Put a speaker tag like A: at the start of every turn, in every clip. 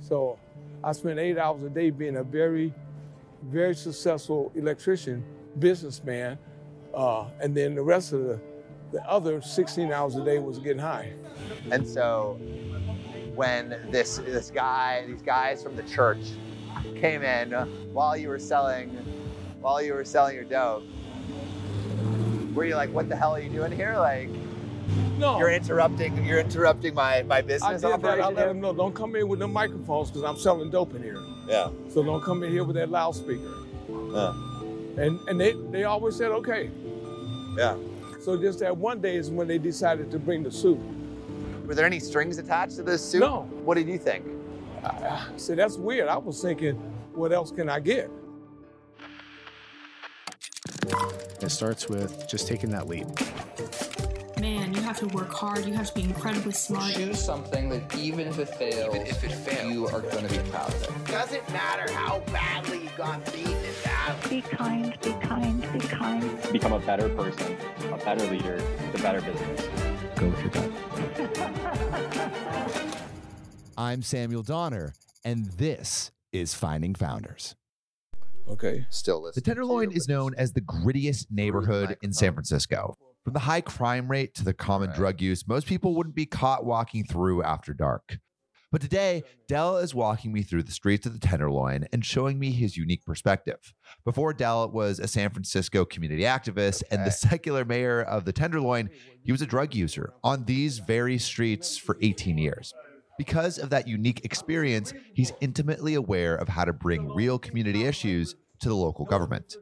A: So I spent eight hours a day being a very, very successful electrician, businessman, uh, and then the rest of the, the other 16 hours a day was getting high.
B: And so when this this guy, these guys from the church came in while you were selling while you were selling your dope, were you like, what the hell are you doing here? Like
A: No,
B: you're interrupting you're interrupting my, my
A: I
B: business
A: did that. I
B: operation.
A: let them know don't come in with no microphones because I'm selling dope in here.
B: Yeah.
A: So don't come in here with that loudspeaker.
B: Yeah.
A: And and they, they always said okay.
B: Yeah.
A: So just that one day is when they decided to bring the suit.
B: Were there any strings attached to this suit?
A: No.
B: What did you think?
A: I, I said that's weird. I was thinking, what else can I get?
C: It starts with just taking that leap.
D: Man, you have to work hard. You have to be incredibly smart.
E: Choose something that even if it fails,
F: Even if it fails.
E: you are going to be proud of it.
G: Doesn't matter how badly you got beaten in that.
H: Be kind, be kind, be kind.
I: become a better person, a better leader, the better business.
C: Go with your gut.
J: I'm Samuel Donner, and this is Finding Founders.
A: Okay.
B: Still listening.
J: The Tenderloin is known as the grittiest neighborhood in San Francisco. From the high crime rate to the common drug use, most people wouldn't be caught walking through after dark. But today, Dell is walking me through the streets of the Tenderloin and showing me his unique perspective. Before Dell was a San Francisco community activist and the secular mayor of the Tenderloin, he was a drug user on these very streets for 18 years. Because of that unique experience, he's intimately aware of how to bring real community issues to the local government.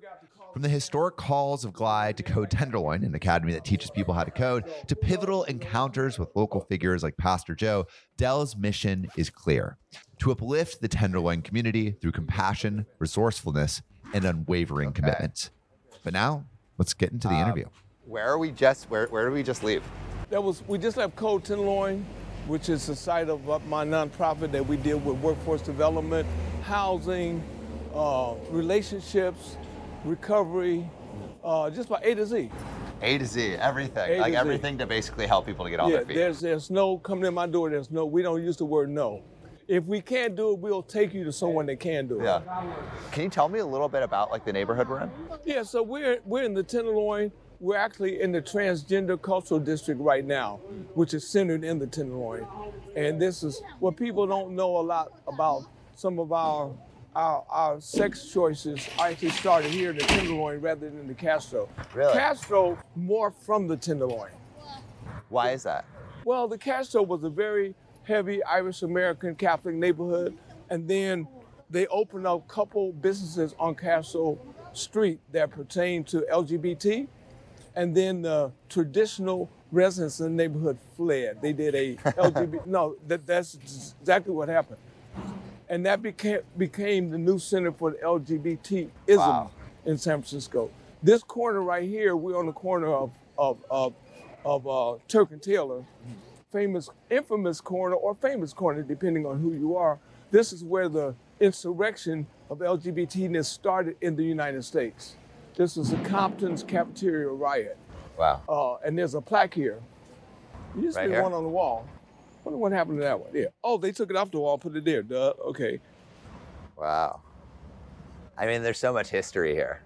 J: From the historic calls of Glide to Code Tenderloin, an academy that teaches people how to code, to pivotal encounters with local figures like Pastor Joe, Dell's mission is clear to uplift the Tenderloin community through compassion, resourcefulness, and unwavering commitment. But now, let's get into the interview.
B: Where are we just where where did we just leave?
A: That was we just left Cold Tenderloin, which is the site of uh, my nonprofit that we deal with workforce development, housing, uh, relationships, recovery, uh, just by A to Z.
B: A to Z, everything.
A: A
B: like
A: to Z.
B: everything to basically help people to get off
A: yeah,
B: their feet.
A: there's there's no coming in my door. There's no. We don't use the word no. If we can't do it, we'll take you to someone that can do it.
B: Yeah. Can you tell me a little bit about like the neighborhood we're in?
A: Yeah, so we're we're in the Tenderloin. We're actually in the transgender cultural district right now, which is centered in the Tenderloin. And this is what people don't know a lot about some of our our, our sex choices actually started here in the Tenderloin rather than the Castro.
B: Really?
A: Castro morphed from the Tenderloin.
B: Why is that?
A: Well, the Castro was a very heavy Irish American Catholic neighborhood, and then they opened up a couple businesses on Castro Street that pertained to LGBT, and then the traditional residents in the neighborhood fled. They did a LGBT. no, that, that's exactly what happened, and that became became the new center for the LGBTism
B: Wow.
A: in San Francisco. This corner right here, we're on the corner of of of, of uh, Turk and Taylor, famous, infamous corner or famous corner, depending on who you are. This is where the insurrection of LGBTness started in the United States. This is the Compton's cafeteria riot,
B: Wow.
A: uh, and there's a plaque here. There used
B: Right
A: to be
B: here?
A: one on the wall. Wonder what happened to that one. Yeah. Oh, they took it off the wall, put it there. Duh. Okay.
B: Wow. I mean, there's so much history here.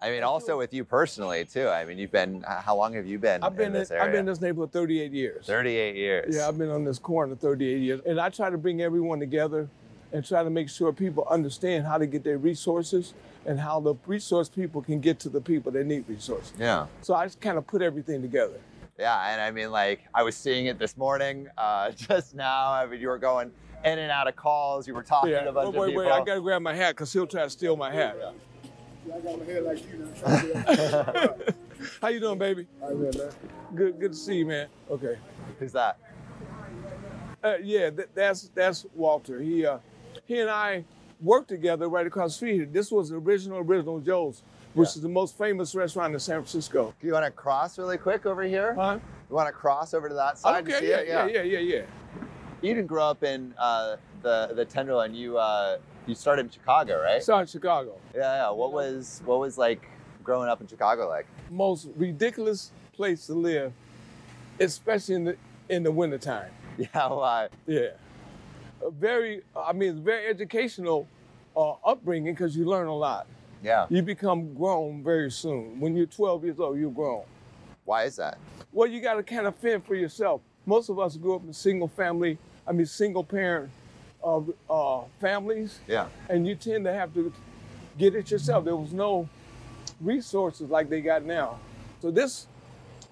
B: I mean, also with you personally too. I mean, you've been h- how long have you been
A: I've
B: in
A: been in,
B: this area?
A: I've been in this neighborhood 38 years.
B: 38 years.
A: Yeah, I've been on this corner 38 years, and I try to bring everyone together and try to make sure people understand how to get their resources and how the resource people can get to the people that need resources.
B: Yeah.
A: So I just kind of put everything together.
B: Yeah, and I mean, like, I was seeing it this morning, uh, just now. I mean, you were going in and out of calls. You were talking to
A: Yeah.
B: a bunch
A: Wait, wait,
B: of
A: wait, I
B: people.
A: gotta grab my hat because he'll try to steal my hat. How you doing, baby? Good, good to see you, man. Okay.
B: Who's that?
A: Uh, yeah, th- that's that's Walter. He uh, he and I worked together right across the street. here. This was the original original Joe's, which is the most famous restaurant in San Francisco.
B: Do you want to cross really quick over here?
A: Huh?
B: You want to cross over to that side? and
A: Uh, Okay.
B: see
A: Yeah,
B: it?
A: yeah, yeah, yeah, yeah.
B: You didn't grow up in uh, the the Tenderloin. You uh, you started in Chicago, right?
A: Sorry, Chicago.
B: yeah, yeah. What was what was like growing up in Chicago like?
A: Most ridiculous place to live, especially in the in the wintertime.
B: Yeah, why?
A: Yeah. a very, I mean, it's very educational uh, upbringing because you learn a lot.
B: Yeah.
A: You become grown very soon. When you're 12 years old, you're grown.
B: Why is that?
A: Well, you got to kind of fend for yourself. Most of us grew up in single family, I mean, single parent uh, uh, families,
B: Yeah.
A: and you tend to have to get it yourself. There was no resources like they got now. So this,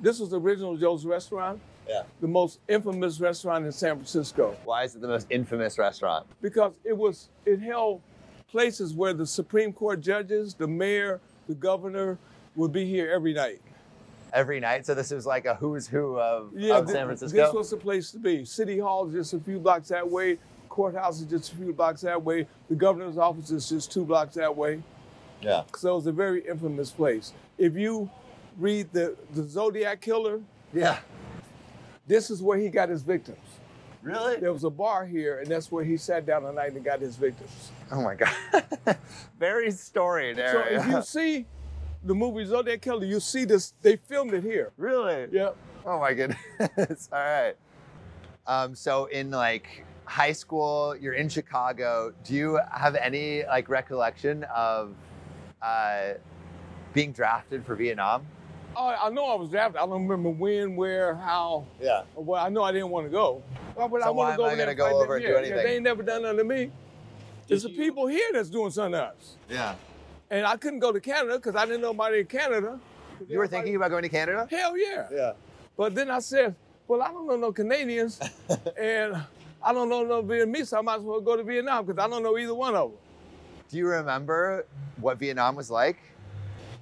A: this was the original Joe's Restaurant,
B: Yeah.
A: the most infamous restaurant in San Francisco,
B: Why is it the most infamous restaurant?
A: because it was it held places where the Supreme Court judges, the mayor, the governor would be here every night.
B: Every night. So this is like a who's who of, of
A: thi-
B: San
A: This
B: Francisco.
A: was the place to be. City Hall is just a few blocks that way. Courthouse is just a few blocks that way. The governor's office is just two blocks that way.
B: Yeah.
A: So it's a very infamous place. If you read the, the Zodiac Killer,
B: yeah.
A: this is where he got his victims.
B: Really?
A: There was a bar here, and that's where he sat down at night and got his victims.
B: Oh my god. Very storied
A: So
B: area.
A: if you see the movie Zodiac Killer, you see this. They filmed it here.
B: really?
A: Yep.
B: Oh my goodness. All right. Um, so in like high school, you're in Chicago. Do you have any like recollection of uh, being drafted for Vietnam?
A: I, I know I was drafted. I don't remember when, where, how.
B: Yeah.
A: Well, I know I didn't want to go. Why would I
B: So
A: want
B: why
A: to
B: am
A: go
B: I
A: over there and fight
B: gonna go
A: them?
B: over and do
A: Yeah, Yeah,
B: anything?
A: they ain't never done nothing to me. It's the people here that's doing something to us.
B: Yeah.
A: And I couldn't go to Canada because I didn't know nobody in Canada.
B: You were thinking about going to Canada?
A: Hell yeah.
B: Yeah.
A: But then I said, well, I don't know no Canadians and I don't know no Vietnamese. so I might as well go to Vietnam because I don't know either one of them.
B: Do you remember what Vietnam was like?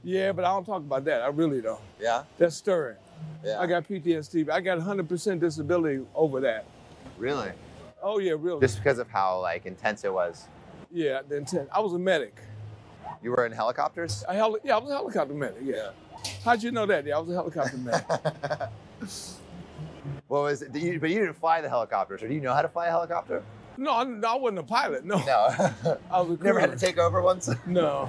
A: Yeah, but I don't talk about that. I really don't.
B: Yeah.
A: That's stirring.
B: Yeah.
A: I got PTSD. I got 100% disability over that.
B: Really?
A: Oh, yeah, really.
B: Just because of how like intense it was.
A: yeah, the intent. I was a medic.
B: You were in helicopters?
A: A heli- yeah, I was a helicopter medic. Yeah. How'd you know that? Yeah, I was a helicopter medic.
B: What was it? Did you- but you didn't fly the helicopters, or do you know how to fly a helicopter?
A: No, I, no, I wasn't a pilot. No,
B: No.
A: I was a
B: Never had
A: crewman.
B: to take over once.
A: No.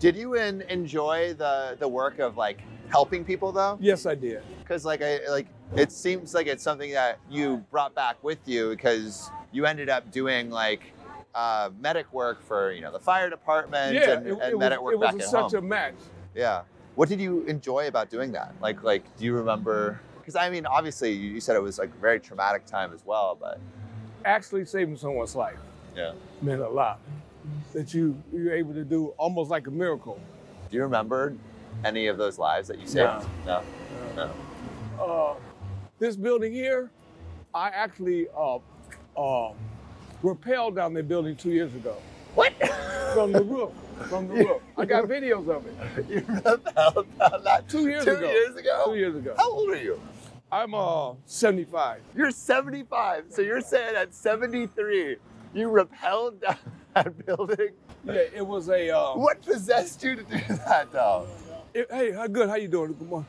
B: Did you en- enjoy the the work of like helping people though?
A: Yes, I did.
B: Because like I like it seems like it's something that you brought back with you because you ended up doing like uh, medic work for you know the fire department
A: yeah,
B: and,
A: it,
B: and
A: it was,
B: medic work
A: it was
B: back at
A: such a
B: home.
A: match.
B: yeah. What did you enjoy about doing that? Like like do you remember? Because I mean, obviously you you said it was like a very traumatic time as well, but
A: Actually, saving someone's life
B: yeah.
A: meant a lot. That you you're able to do almost like a miracle.
B: Do you remember any of those lives that you saved? No. No.
A: Uh, this building here, I actually uh, uh, rappelled down the building two years ago.
B: What?
A: From the roof. From the roof. I got videos of it.
B: you rappelled down that
A: Two years
B: two
A: ago.
B: Years ago?
A: Two years ago.
B: How old are you?
A: I'm uh 75.
B: You're 75. So you're saying at 73, you rappelled down that building?
A: Yeah, it was a uh,
B: What possessed you to do that, though?
A: It- hey, how good? How you doing? Good morning.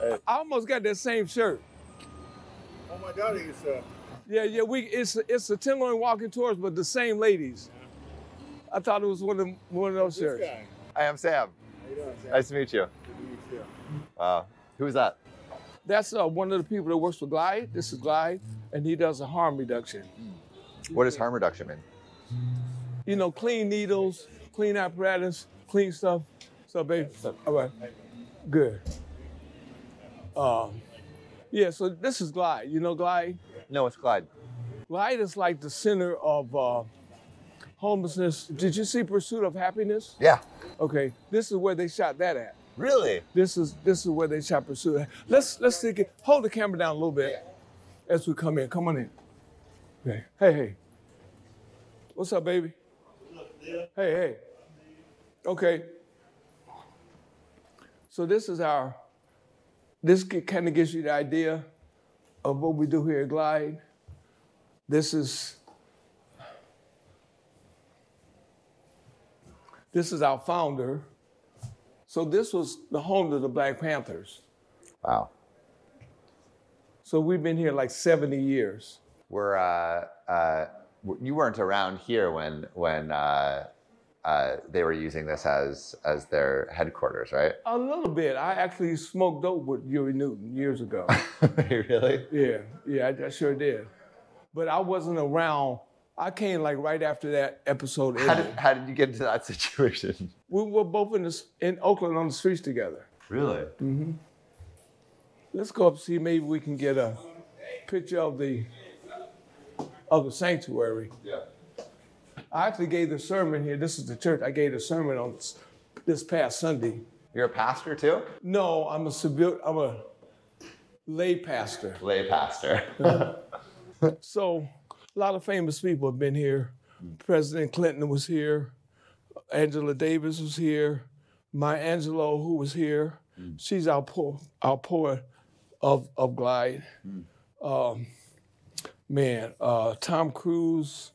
B: Hey.
A: I almost got that same shirt.
K: Oh my God, he's uh,
A: Yeah, yeah. We it's it's a Tenderloin walking tours, but the same ladies. I thought it was one of them, one of those
K: this
A: shirts.
K: guy.
B: I am Sam.
K: How you doing, Sam?
B: Nice to meet you.
K: Good to meet you.
B: Wow. Who is that?
A: That's uh, one of the people that works for Glide. This is Glide, and he does a harm reduction.
B: What does harm reduction mean?
A: You know, clean needles, clean apparatus, clean stuff. So, baby, all right, good. Um, yeah. So this is Glide. You know, Glide.
B: No, it's Clyde.
A: Light is like the center of uh, homelessness. Did you see Pursuit of Happiness?
B: Yeah.
A: Okay, this is where they shot that at.
B: Really?
A: This is this is where they shot Pursuit. Let's let's take it. Hold the camera down a little bit as we come in. Come on in. Okay. Hey hey. What's up, baby? Hey hey. Okay. So this is our. This kind of gives you the idea of what we do here at Glide. This is. This is our founder. So this was the home to the Black Panthers.
B: Wow.
A: So we've been here like 70 years.
B: We're, uh, uh, w- you weren't around here when, when, uh, uh, they were using this as as their headquarters, right?
A: A little bit. I actually smoked dope with Yuri Newton years ago.
B: really?
A: yeah, yeah, I, I sure did. But I wasn't around I came like right after that episode
J: How
A: ended.
J: did, how did you get into that situation?
A: we were both in, the, in Oakland on the streets together.
J: Really?
A: Let's go up and see. Maybe we can get a picture of the of the sanctuary. Yeah. I actually gave the sermon here. This is the church. I gave the sermon on s- this past Sunday.
J: You're a pastor too?
A: No, I'm a civil. I'm a lay pastor.
J: Lay pastor.
A: So a lot of famous people have been here. President Clinton was here. Angela Davis was here. Maya Angelou, who was here, she's our poor, our poet of of Glide. Um, man, uh, Tom Cruise.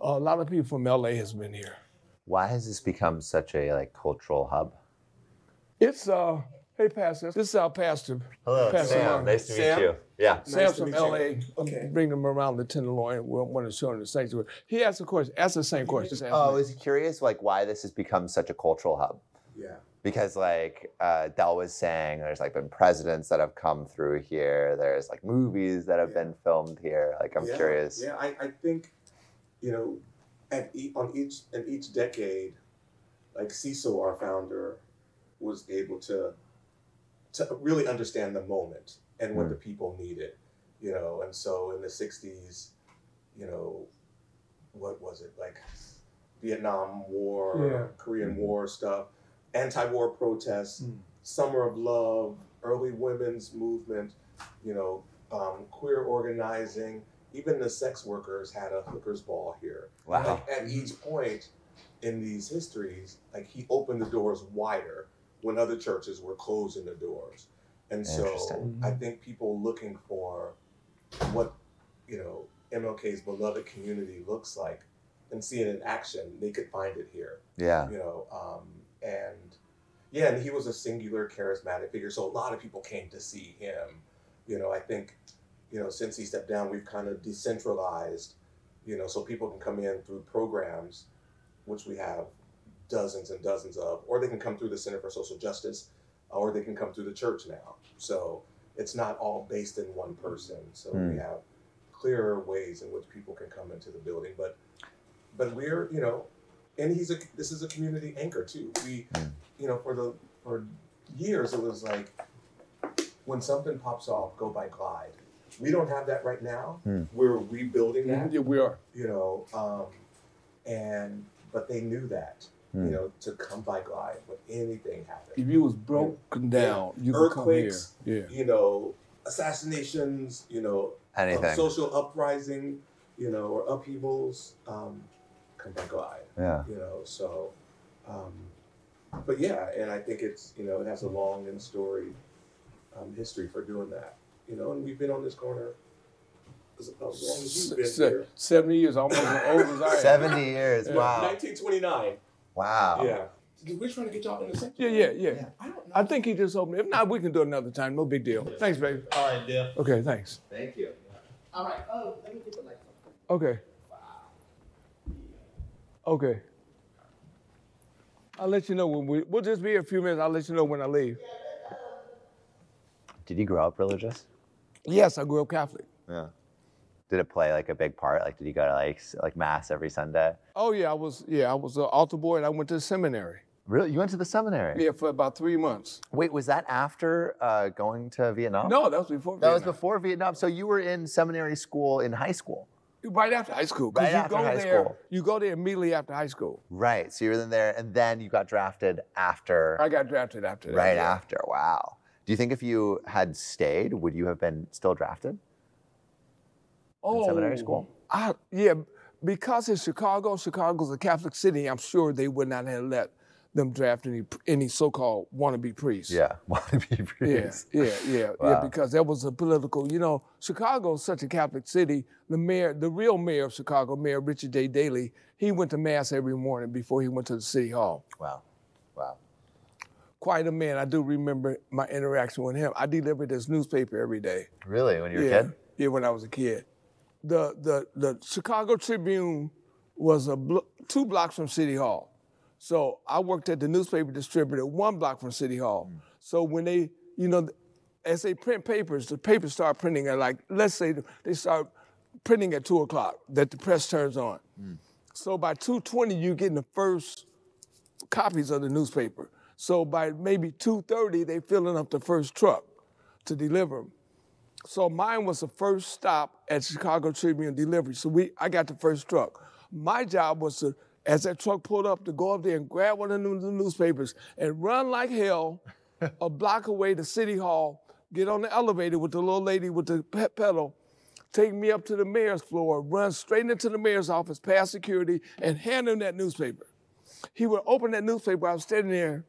A: A lot of people from LA has been here.
J: Why has this become such a like cultural hub?
A: It's uh, hey pastor, this is our pastor.
J: Hello,
A: Pastor Sam. Mark.
J: Nice to
L: Sam?
J: meet you. Yeah.
A: Sam's
L: to
A: from
L: meet you.
A: LA.
L: Okay.
A: Bring them around the Tenderloin. We want to show them the sanctuary. He asked a question. Ask the same question. Just ask
J: Oh, I
A: me.
J: was curious like why this has become such a cultural hub.
L: Yeah.
J: Because like uh, Dell was saying, there's like been presidents that have come through here. There's like movies that have
L: Yeah.
J: been filmed here. Like I'm
L: yeah,
J: curious.
L: Yeah, I, I think, you know, at e- on each in each decade, like Cecil, our founder, was able to to really understand the moment and what
J: Mm.
L: the people needed, you know. And so in the '60s, you know, what was it like? Vietnam War,
A: Yeah.
L: Korean
J: Mhm.
L: War stuff, anti-war protests,
A: Mm.
L: Summer of Love, early women's movement, you know, um, queer organizing. Even the sex workers had a hookers ball here.
J: Wow.
L: Like, at each point in these histories, like he opened the doors wider when other churches were closing the doors, and so
J: Interesting.
L: I think people looking for what you know MLK's beloved community looks like and seeing it in action, they could find it here
J: Yeah.
L: you know um, and yeah and he was a singular charismatic figure so a lot of people came to see him you know i think you know since he stepped down we've kind of decentralized you know so people can come in through programs which we have dozens and dozens of or they can come through the center for social justice uh, or they can come through the church now so it's not all based in one person so we
J: Mm.
L: have clearer ways in which people can come into the building but but we're you know and he's a this is a community anchor too. We,
J: Mm.
L: you know, for the for years it was like when something pops off, go by Clyde. We don't have that right now.
J: Mm.
L: We're rebuilding that,
A: Yeah, we are.
L: you know, um, and but they knew that,
J: Mm.
L: you know, to come by Clyde when anything happened,
A: If you was broken down, you could come here.
L: Earthquakes.
A: Yeah.
L: you know, assassinations, you know, um,
J: Anything.
L: social uprising, you know, or upheavals, um, come by Clyde
J: yeah.
L: you know so um, but yeah and i think it's you know it has a long and storied um, history for doing that you know and we've been on this corner as, as long as you've been
A: Se-
L: here
A: Seventy years, almost as old as I am.
J: 70 years.
A: Yeah.
J: Wow. Oh.
L: 1929
J: Wow.
L: yeah we're trying to get y'all in the same
A: Yeah, yeah, yeah.
L: i don't know
A: I think he just opened. it. If not, we can do it another time. No big deal. Thanks, baby. All right, deal. Okay, thanks.
J: Thank you.
G: All right. Oh, let me get the light.
A: Okay. Okay. I'll let you know when we. We'll just be here a few minutes. I'll let you know when I leave.
J: Did you grow up religious?
A: Yes, I grew up Catholic.
J: Yeah. Did it play like a big part? Like, did you go to like s- like mass every Sunday?
A: Oh yeah, I was. Yeah, I was an altar boy, and I went to seminary.
J: Really? You went to the seminary?
A: Yeah, for about three months.
J: Wait, was that after uh, going to Vietnam?
A: No, that was before.
J: That was
A: Vietnam.
J: before Vietnam. So you were in seminary school in high school.
A: Right after high school. 'cause
J: Right
A: you
J: after
A: go
J: high
A: there,
J: school.
A: You go there immediately after high school.
J: Right. So you were in there and then you got drafted after
A: I got drafted after that.
J: right
A: yeah.
J: after. Wow. Do you think if you had stayed, would you have been still drafted?
A: oh,
J: seminary school?
A: I, yeah, because it's Chicago, Chicago's a Catholic city, I'm sure they would not have let them draft any any so-called wannabe priests.
J: Want to be
A: Yeah,
J: priests.
A: yeah, yeah, yeah,
J: Wow.
A: because that was a political, you know, Chicago's such a Catholic city. The mayor, the real mayor of Chicago, Mayor Richard J. Daley, he went to mass every morning before he went to the city hall.
J: Wow. Wow.
A: Quite a man. I do remember my interaction with him. I delivered his newspaper every day.
J: Really? When you were
A: yeah.
J: a kid?
A: Yeah, when I was a kid. The the the Chicago Tribune was a blo- two blocks from City Hall. So I worked at the newspaper distributor one block from City Hall. So when they, you know, as they print papers, the papers start printing at like, let's say they start printing at two o'clock that the press turns on. So by two twenty, you're getting the first copies of the newspaper. So by maybe two thirty, they filling up the first truck to deliver 'em. So mine was the first stop at Chicago Tribune delivery. So we, I got the first truck. My job was to, as that truck pulled up, to go up there and grab one of the new- newspapers and run like hell a block away to City Hall, get on the elevator with the little lady with the pe- pedal, take me up to the mayor's floor, run straight into the mayor's office, past security, and hand him that newspaper. He would open that newspaper. I was standing there.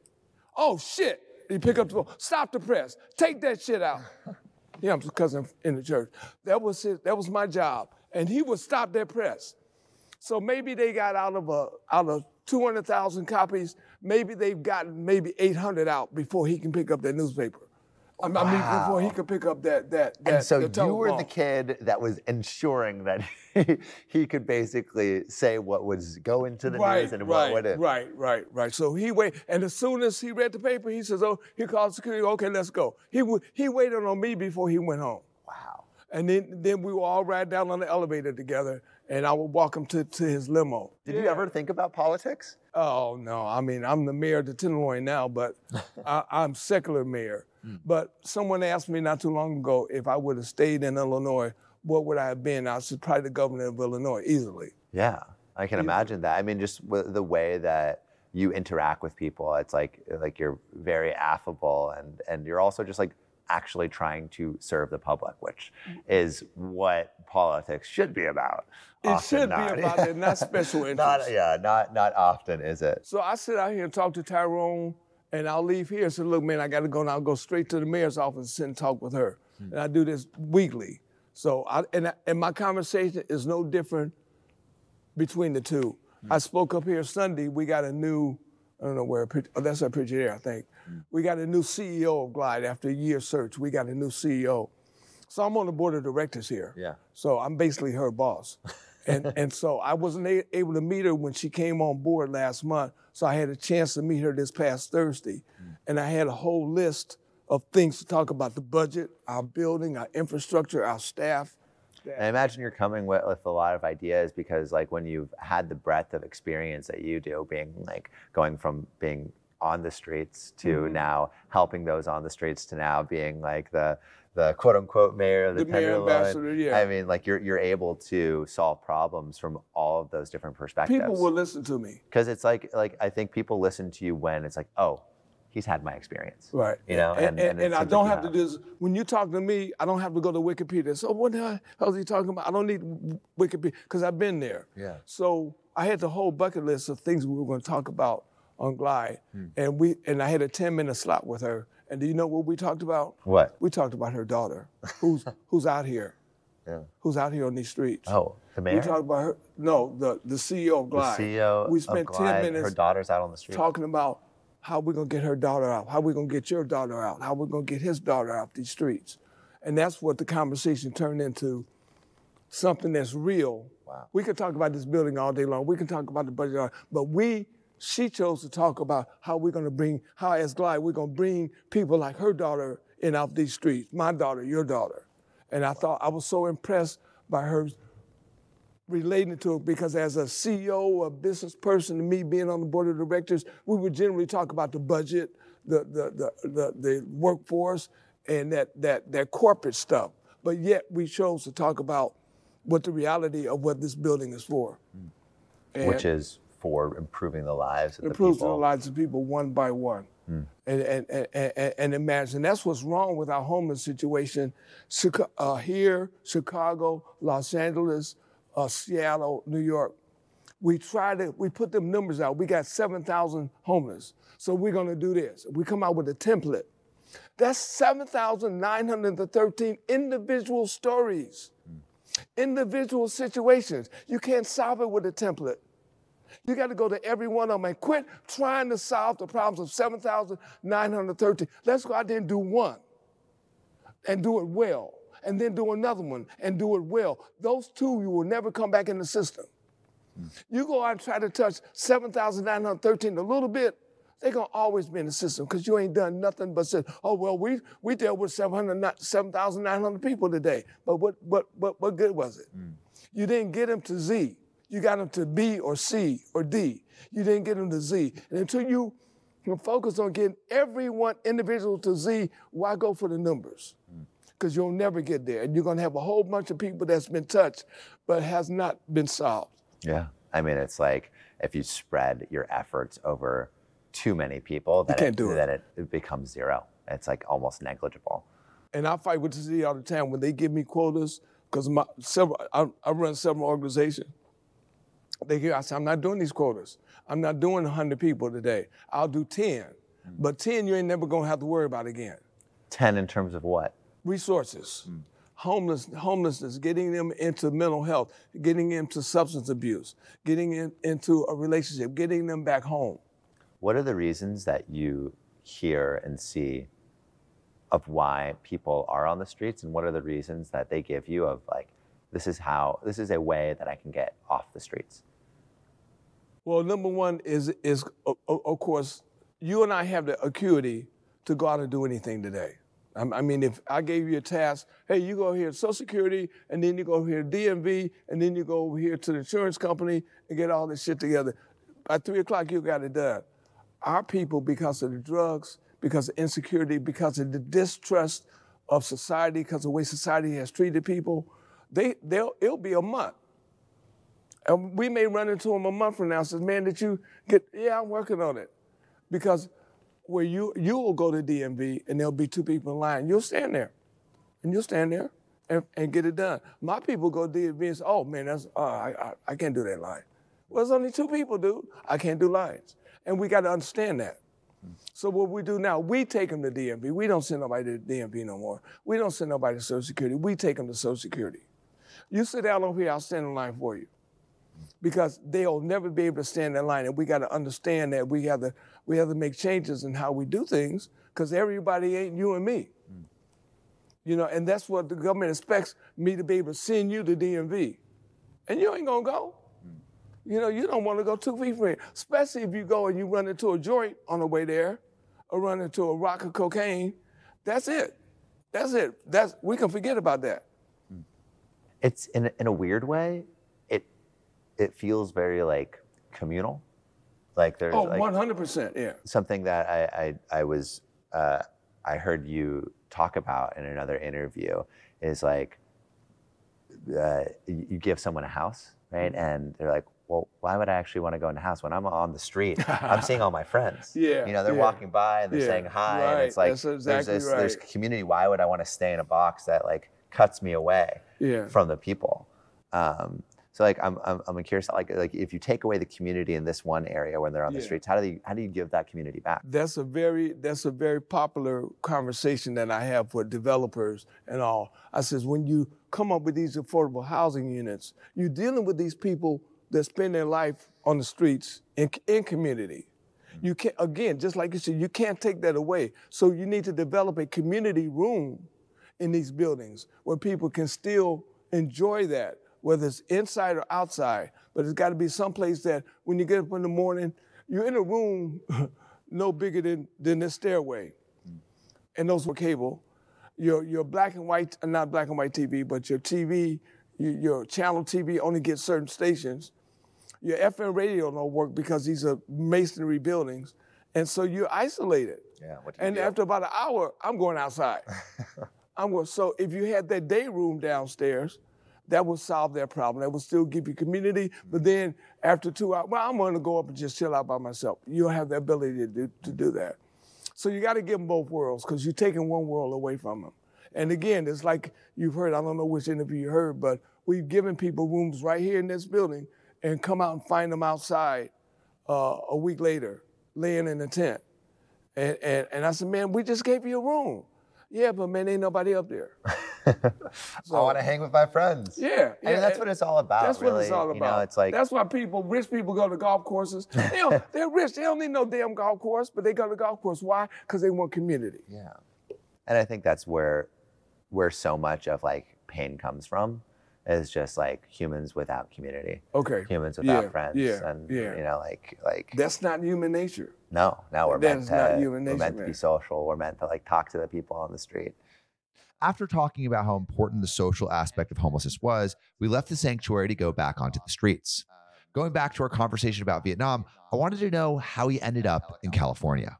A: Oh shit! He pick up the phone. Stop the press. Take that shit out. Yeah, I'm his cousin in the church. That was his, that was my job, and he would stop that press. So maybe they got out of a out of 200,000 copies. Maybe they've gotten maybe 800 out before he can pick up that newspaper. I mean, I mean, before he could pick up that that that.
J: and so
A: the
J: you were the
A: telephone.
J: kid that was ensuring that he, he could basically say what was go into the news and
A: right,
J: what wouldn't.
A: Right, right, right. So he wait, and as soon as he read the paper, he says, "Oh, he called security. Okay, let's go." He wa- he waited on me before he went home.
J: Wow.
A: And then then we would all ride down on the elevator together, and I would walk him to, to his limo.
J: Did you ever think about politics?
A: Oh no! I mean, I'm the mayor of the Tenderloin now, but I, I'm secular mayor.
J: Hmm.
A: But someone asked me not too long ago if I would have stayed in Illinois, what would I have been? I was probably the governor of Illinois easily.
J: Yeah, I can imagine that. I mean, just w- the way that you interact with people, it's like like you're very affable, and and you're also just like actually trying to serve the public, which
A: Mm-hmm.
J: is what politics should be about.
A: It should be about that, not special interest.
J: Not, yeah, not not often is it.
A: So I sit out here and talk to Tyrone, and I'll leave here. and say, look, man, I got to go, and I'll go straight to the mayor's office and sit and talk with her. And I do this weekly. So I and I, and my conversation is no different between the two. I spoke up here Sunday. We got a new, I don't know where, Pid- oh, that's at Pidgeot, I think. We got a new CEO of Glide after a year search. We got a new CEO. So I'm on the board of directors here.
J: Yeah.
A: So I'm basically her boss. And, and so I wasn't a- able to meet her when she came on board last month. So I had a chance to meet her this past Thursday. And I had a whole list of things to talk about the budget, our building, our infrastructure, our staff.
J: And I imagine you're coming with, with a lot of ideas because, like, when you've had the breadth of experience that you do, being like going from being on the streets to
A: Mm-hmm.
J: now helping those on the streets to now being like the the quote unquote mayor of the,
A: The mayor
J: Tenderloin.
A: ambassador, yeah.
J: I mean, like you're you're able to solve problems from all of those different perspectives.
A: People will listen to me.
J: because it's like like I think people listen to you when it's like, oh, he's had my experience.
A: Right.
J: You know,
A: and, and,
J: and- and it
A: and I
J: seems like uh,
A: don't
J: you
A: have, to
J: have.
A: do this. When you talk to me, I don't have to go to Wikipedia. So what the hell is he talking about? I don't need Wikipedia because I've been there.
J: Yeah.
A: So I had the whole bucket list of things we were going to talk about on Glide,
J: Hmm.
A: and we and I had a ten minute slot with her. And do you know what we talked about?
J: What?
A: We talked about her daughter, who's who's out here,
J: Yeah.
A: who's out here on these streets.
J: Oh, the mayor.
A: we talked about her. No, the the CEO of
J: the
A: Glide.
J: CEO
A: We spent
J: of Glide,
A: ten
J: her
A: minutes
J: daughter's out on the street.
A: talking about how we're gonna get her daughter out, how we're gonna get your daughter out, how we're gonna get his daughter out these streets. And that's what the conversation turned into something that's real.
J: Wow.
A: We could talk about this building all day long. We can talk about the budget, all- but we she chose to talk about how we're gonna bring, how as Glide, we're gonna bring people like her daughter in off these streets, my daughter, your daughter. And I thought I was so impressed by her relating to it because as a CEO, a business person, and me being on the board of directors, we would generally talk about the budget, the the the the, the workforce, and that that that corporate stuff. But yet we chose to talk about what the reality of what this building is for.
J: which is for improving the lives of
A: improves
J: the people.
A: the lives of people one by one. And, and, and, and, and imagine that's what's wrong with our homeless situation Chica- uh, here, Chicago, Los Angeles, uh, Seattle, New York. We try to, we put them numbers out. We got 7,000 homeless. So we're going to do this. We come out with a template. That's 7,913 individual stories, individual situations. You can't solve it with a template. You got to go to every one of them and quit trying to solve the problems of 7,913. Let's go out there and do one and do it well, and then do another one and do it well. Those two, you will never come back in the system. You go out and try to touch 7,913 a little bit, They're gonna always be in the system because you ain't done nothing but said, oh well, we we dealt with 700, 7,900 people today, but what what what what good was it? You didn't get them to Z. You got them to B or C or D. You didn't get them to Z. And until you can focus on getting everyone individual to Z, why go for the numbers? Because you'll never get there, and you're gonna have a whole bunch of people that's been touched, but has not been solved.
J: Yeah. I mean, it's like if you spread your efforts over too many people, then,
A: can't do it.
J: then it, it becomes zero. It's like almost negligible.
A: and I fight with the city all the time when they give me quotas because my several I, I run several organizations. They give I say I'm not doing these quotas. I'm not doing 100 people today. I'll do 10, but 10 you ain't never gonna have to worry about again.
J: 10 in terms of what?
A: Resources, homeless homelessness, getting them into mental health, getting into substance abuse, getting in, into a relationship, getting them back home.
J: What are the reasons that you hear and see of why people are on the streets? And what are the reasons that they give you of like, this is how, this is a way that I can get off the streets?
A: Well, number one is is o- o- of course you and I have the acuity to go out and do anything today. I I mean, if I gave you a task, hey, you go here to Social Security, and then you go here to DMV, and then you go over here to the insurance company and get all this shit together. By three o'clock, you got it done. Our people, because of the drugs, because of insecurity, because of the distrust of society, because of the way society has treated people, they they'll it'll be a month. And we may run into him a month from now. Says, man, did you get? Yeah, I'm working on it, because where you you will go to DMV and there'll be two people in line. You'll stand there, and you'll stand there and, and get it done. My people go to DMV and say, oh man, that's uh, I, I I can't do that line. Well, there's only two people, dude. I can't do lines, and we got to understand that. So what we do now, we take them to DMV. We don't send nobody to DMV no more. We don't send nobody to Social Security. We take them to Social Security. You sit down over here, I'll stand in line for you because they'll never be able to stand in line. And we got to understand that we have to we have to make changes in how we do things because everybody ain't you and me.
J: Mm.
A: You know, and that's what the government expects me to be able to send you to DMV, and you ain't gonna go.
J: Mm.
A: You know, you don't want to go two feet from here, especially if you go and you run into a joint on the way there, or run into a rock of cocaine. That's it. That's it. That's we can forget about that.
J: it's in a- in a weird way, it it feels very like communal, like there's
A: Oh,
J: like
A: 100%. Yeah.
J: something that I I, I was uh, I heard you talk about in another interview is like uh, you you give someone a house, right?
A: Mm-hmm.
J: And they're like, well, why would I actually want to go in a house when I'm on the street? I'm seeing all my friends.
A: Yeah,
J: you know, they're
A: yeah.
J: walking by and they're
A: Yeah,
J: saying hi, and
A: right,
J: it's like
A: that's
J: there's
A: exactly
J: this there's
A: right.
J: community. Why would I want to stay in a box that like cuts me away?
A: Yeah.
J: from the people. Um, so like I'm, I'm I'm curious like like if you take away the community in this one area when they're on the
A: Yeah.
J: streets, how do you how do you give that community back?
A: that's a very that's a very popular conversation that I have with developers and all. I says when you come up with these affordable housing units, you're dealing with these people that spend their life on the streets in in community. You can not again, just like you said, you can't take that away. So you need to develop a community room in these buildings where people can still enjoy that, whether it's inside or outside. But it's got to be someplace that when you get up in the morning, you're in a room no bigger than, than this stairway. And those were cable. Your, your black and white, uh, not black and white TV, but your TV, your, your channel TV only gets certain stations. Your FM radio don't work because these are masonry buildings. And so you're isolated.
J: Yeah, what do you
A: And
J: do?
A: after about an hour, I'm going outside. I'm going. So if you had that day room downstairs, that would solve their problem. That would still give you community. But then after two hours, well, I'm going to go up and just chill out by myself. You'll have the ability to do, to do that. So you got to give them both worlds because you're taking one world away from them. And again, it's like you've heard. I don't know which interview you heard, but we've given people rooms right here in this building and come out and find them outside uh, a week later, laying in a tent. And, and, and I said, man, we just gave you a room. Yeah, but man, ain't nobody up there.
J: I want to hang with my friends.
A: Yeah,
J: I mean,
A: yeah,
J: that's what it's all about.
A: That's
J: really.
A: what it's all about.
J: You know, it's like
A: that's why people, rich people, go to golf courses. They don't, they're rich. They don't need no damn golf course, but they go to golf course. Why? Because they want community.
J: Yeah. And I think that's where where so much of like pain comes from is just like humans without community,
A: Okay.
J: humans without
A: Yeah,
J: friends,
A: yeah,
J: and
A: yeah.
J: you know, like like
A: That's not human nature.
J: no, no, we're
A: that
J: meant
A: is
J: to
A: not human
J: we're
A: nature,
J: meant to be
A: man.
J: social. We're meant to like talk to the people on the street.
B: After talking about how important the social aspect of homelessness was, we left the sanctuary to go back onto the streets. Going back to our conversation about Vietnam, I wanted to know how he ended up in California.